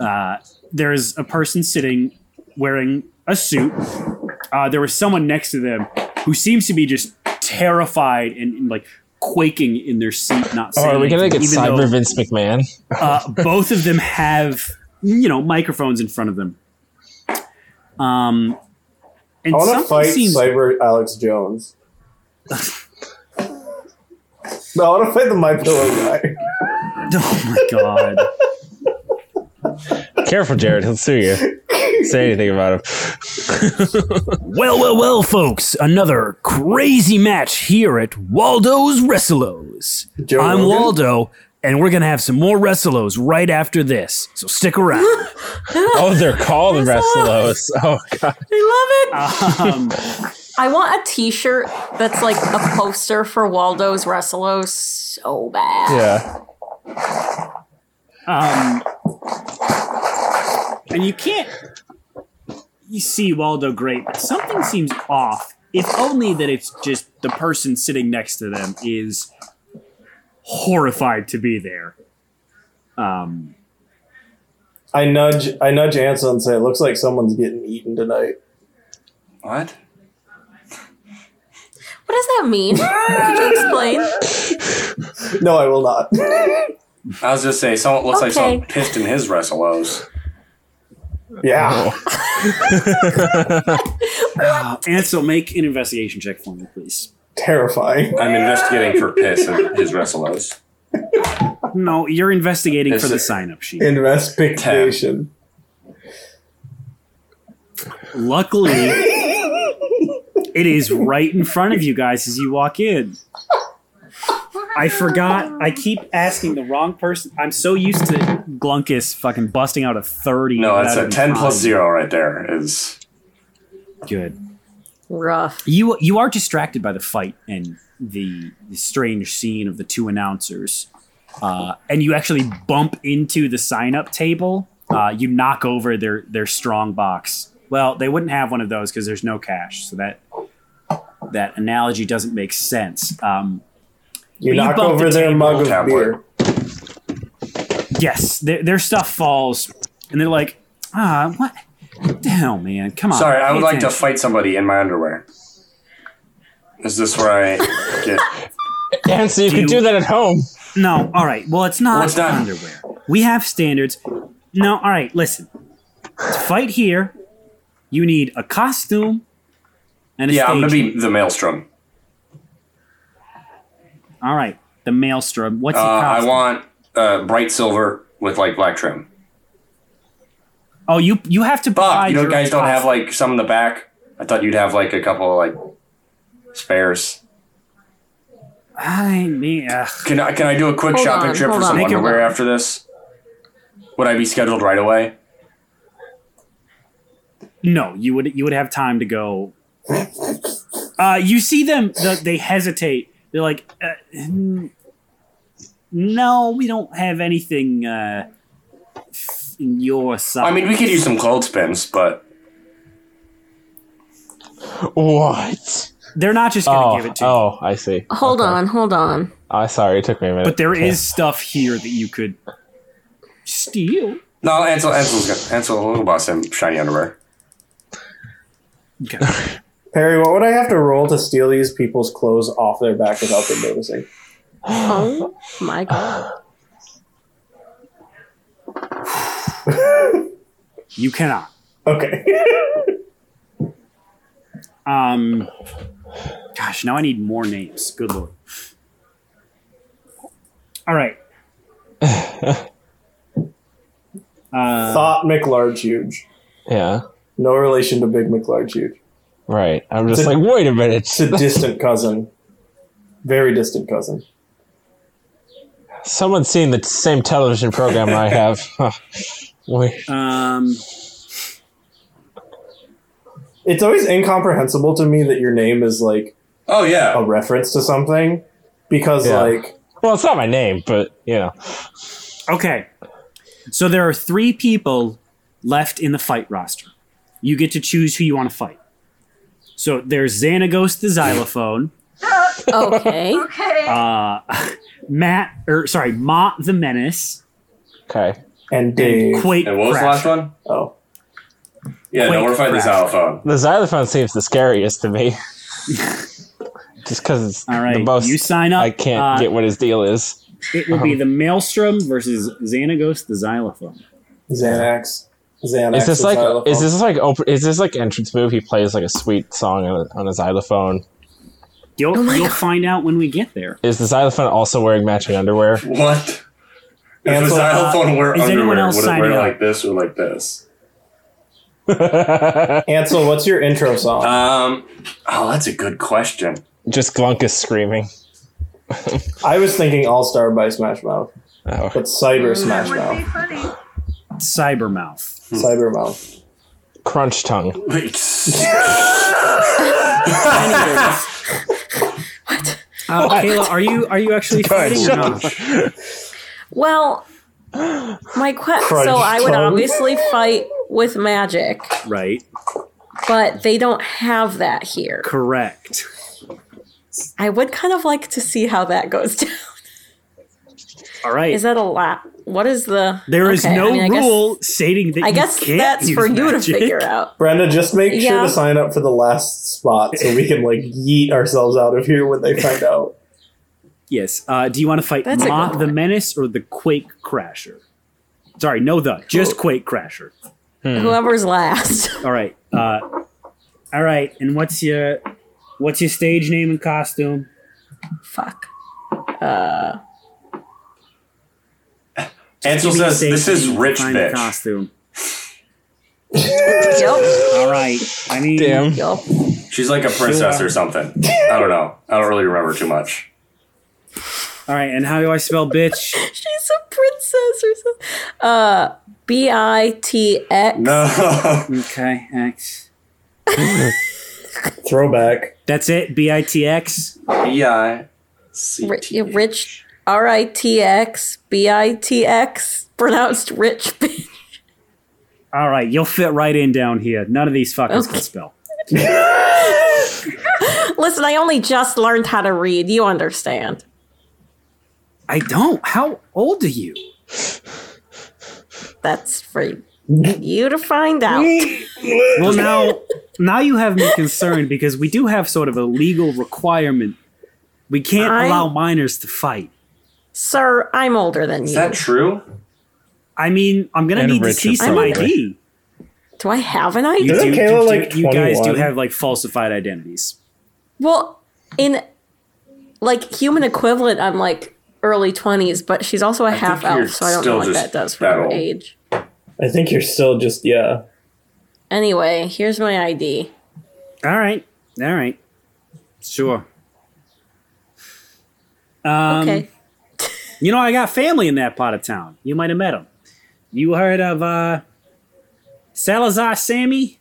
A: uh, there's a person sitting wearing a suit uh, there was someone next to them who seems to be just terrified and, and, like quaking in their seat, not
B: Oh,
A: saying.
B: are we gonna
A: anything,
B: get
A: even
B: Cyber
A: though,
B: Vince McMahon?
A: uh, both of them have you know microphones in front of them. Um, and
E: I want to
A: something
E: fight
A: seems
E: Cyber Alex Jones. [laughs] no, I want to fight the My Pillow guy.
A: [laughs] oh my god.
B: Careful, Jared, he'll sue
A: [laughs]
B: you. Say anything about him.
A: Well, well, well, folks, another crazy match here at Waldo's Wrestleos.
E: Joe
A: I'm
E: Rogan?
A: Waldo, and we're going to have some more Wrestleos right after this, so stick around.
B: oh, they're
C: [laughs]
B: called Wrestlos. Oh god.
C: [laughs] I
A: [laughs]
C: love it.
A: um,
C: I want a T-shirt that's like a poster for Waldo's Wrestlo so bad.
B: Yeah.
A: um, and you can't you see Waldo great, but something seems off. If only that it's just the person sitting next to them is horrified to be there. Um,
E: I nudge, I nudge Ansel and say, "It looks like someone's getting eaten tonight."
D: What?
C: What does that mean? Could
B: [laughs]
C: you explain?
E: No, I will not. [laughs]
D: I was just saying, someone looks like
C: Okay.
D: someone pissed in his wrestleos.
E: yeah,
A: Uh, Ansel, make an investigation check for me, please.
E: terrifying.
D: I'm investigating for piss in his wrestleos.
A: No, you're investigating
D: Is
A: for the
D: it-
A: sign up sheet.
E: Investigation.
A: Luckily, it is right in front of you guys as you walk in. I forgot. I keep asking the wrong person. I'm so used to Glunkus fucking busting out a 30.
D: No, that's
A: without
D: a
A: even
D: 10 plus
A: trying.
D: 0 right there. Is
A: Good.
C: Rough.
A: You you are distracted by the fight and the, the strange scene of the two announcers, uh, and you actually bump into the sign up table. Uh, you knock over their their strong box. Well, they wouldn't have one of those because there's no cash, so that that analogy doesn't make sense. Um,
E: You
A: You
E: knock
A: bumped
E: over
A: the
E: their
A: table.
E: mug of
D: Tablet.
E: beer.
A: yes, their, their stuff falls, and they're like, ah, what? what the hell, man? Come on.
D: Sorry, I
A: pay
D: would like to
A: attention."
D: fight somebody in my underwear. Is this where
A: [laughs]
D: I get?
B: And so you
A: Do-
B: could do that at home.
A: No, all right. Well, it's not
D: Well, it's not.
A: underwear. We have standards. No, all right. Listen, to fight here, you need a costume and a
D: Yeah,
A: stage.
D: I'm gonna be the maelstrom.
A: all right, the maelstrom. What's
D: Uh,
A: your
D: I
A: costume?
D: want uh, bright silver with like black trim.
A: oh, you you have to
D: Bob,
A: buy.
D: you know, guys don't have like some in the back. I thought you'd have like a couple like spares.
A: I mean, ugh.
D: Can I can I do a quick
C: Hold
D: shopping
C: on,
D: trip for
C: hold on.
D: some
A: Make it
D: underwear
A: work.
D: after this? Would I be scheduled right away?
A: no, you would you would have time to go. Uh, you see them. The, they hesitate. They're like, uh, mm, no, we don't have anything uh, in your size.
D: I mean, we could use some clothespins, but
B: What?
A: they're not just going to
B: Oh,
A: give it to you.
B: oh, I see.
C: Hold
B: Okay.
C: on, hold on.
B: I Oh, sorry, it took me a minute.
A: But there is
B: Okay.
A: stuff here that you could steal.
D: no, Ansel, Ansel's gonna, Ansel will buy some shiny underwear.
A: Okay.
E: Perry, what would I have to roll to steal these people's clothes off their back without them noticing? [laughs]
C: Oh my god.
A: You cannot.
E: Okay.
A: Um, gosh, now I need more names. Good lord. All right. uh,
E: Thought McLarge huge.
B: [laughs] Yeah.
E: No relation to Big McLarge huge.
B: Right. I'm just
E: It's a-
B: like, wait a minute.
E: It's a distant cousin. Very distant cousin.
B: Someone's seen the same television program I have. Huh. wait.
A: um,
E: It's always incomprehensible to me that your name is like
D: Oh yeah,
E: a reference to something because
B: Yeah.
E: like
B: Well, it's not my name, but you know.
A: okay. So there are three people left in the fight roster. You get to choose who you want to fight. So there's Xanagos the xylophone,
C: Okay.
F: Okay.
A: uh, [laughs] Matt, or sorry, Mott the menace,
B: Okay.
E: and
A: and
E: Dave.
A: Quake.
D: and what was the
A: Crasher.
D: last one?
E: oh.
D: Yeah, no,
A: Quake
D: we're fighting the
A: Crasher.
D: xylophone.
B: The xylophone seems the scariest to me. [laughs] just because it's
A: All right,
B: the most
A: you sign up.
B: I can't
A: Uh,
B: get what his deal is.
A: It will be the Maelstrom versus Xanagos the Xylophone.
E: Xanax. Xanax.
B: Is this
E: the
B: like
E: xylophone.
B: is this like open, is this like entrance move? He plays like a sweet song on a, on a xylophone.
A: You'll,
C: Oh my
A: you'll
C: God.
A: find out when we get there.
B: Is the xylophone also wearing matching underwear? [laughs]
D: What? If the
E: Ansel, uh,
D: xylophone were
A: is anyone
D: underwear,
A: else
D: would it
A: signing
D: wear
A: up?
D: like this or like this?
E: Ansel, what's your intro song?
D: Um, oh, that's a good
A: [laughs]
D: question.
B: just Glunkus screaming.
E: I was thinking All Star by Smash Mouth,
B: Oh.
E: but Cyber Smash
F: that would be
E: Mouth.
F: funny.
A: Cybermouth.
E: Cyber Mouth.
B: Crunch tongue.
A: Uh, Kayla, are you are you actually fighting or not?
C: Well,
A: [gasps]
C: my question.
E: Crunch
C: So I would
E: tongue.
C: obviously fight with magic,
A: Right.
C: but they don't have that here.
A: Correct.
C: I would kind of like to see how that goes down.
A: All right.
C: Is that a lot? What is the?
A: there is
C: okay, I
A: no
C: mean, I guess-
A: rule stating that
C: I
A: you
C: guess
A: can't
C: that's
A: use
C: for you to
A: magic.
C: figure out.
E: Brenda, just make sure
C: Yeah.
E: to sign up for the last spot so we can like yeet ourselves out of here when they find out.
A: Yes. Uh, do you want to fight
C: That's a
A: Ma
C: good
A: the
C: one.
A: Menace or the Quake Crasher? Sorry, no the just Quake Crasher.
C: Whoever's last. [laughs]
A: All right. Uh, all right. And what's your what's your stage name and costume?
C: Fuck.
D: Ansel
A: Give me your
D: says,
A: stage
D: "This is
A: name and
D: rich
A: find a
D: bitch."
A: costume.
C: Yup.
A: All right. I mean,
B: Damn.
C: Yup.
D: She's like a princess
A: Sure.
D: or something. I don't know. I don't really remember too much.
A: All right. And how do I spell bitch?
C: She's a princess or something. Uh, B I T X.
D: [laughs] No.
A: Okay. X.
E: Throwback.
A: That's it. B I T X.
D: Yeah. C
C: Ri-
D: T H.
C: Rich. R I T X. B I T X. Pronounced rich. bitch.
A: All right, you'll fit right in down here. None of these fuckers
C: Okay.
A: can spell.
C: Listen, I only just learned how to read. You understand.
A: I don't. How old are you?
C: That's for you to find out.
A: Well, now, now you have me concerned because we do have sort of a legal requirement. We can't
C: I-
A: allow minors to fight.
C: Sir, I'm older than
D: Is
C: you.
D: that true?
A: I mean, I'm gonna
B: And
A: need to
B: Richard
A: see some
B: probably.
A: ID.
C: Do I have an idea?
E: Doesn't
A: do-
E: Kayla,
A: do-
E: like,
A: you guys do
E: 21?
A: have like falsified identities.
C: Well, in like human equivalent, I'm like early 20s, but she's also a half
D: think you're
C: elf, so I don't
D: still
C: know what
D: just
C: that does for
D: that
C: her
D: old.
C: age.
E: I think you're still just yeah.
C: Anyway, here's my ID.
A: All right, all right, sure. Um,
C: Okay.
A: You know, I got family in that part of town. You might have met him. You heard of uh, Salazar Sammy?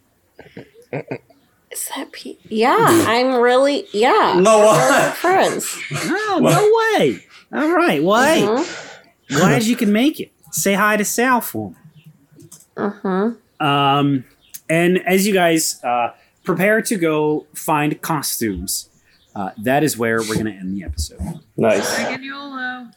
C: Is that P? Yeah, I'm really. Yeah.
D: Hmm. No,
C: We're
D: what?
C: friends.
A: Oh, no way. All right. Well, hey,
C: Mhm.
A: glad you can make it. Say hi to Sal for me.
C: Mhm.
A: Um, and as you guys uh, prepare to go find costumes, uh, that is where we're going to end the episode.
E: Nice.
F: Friggin' YOLO.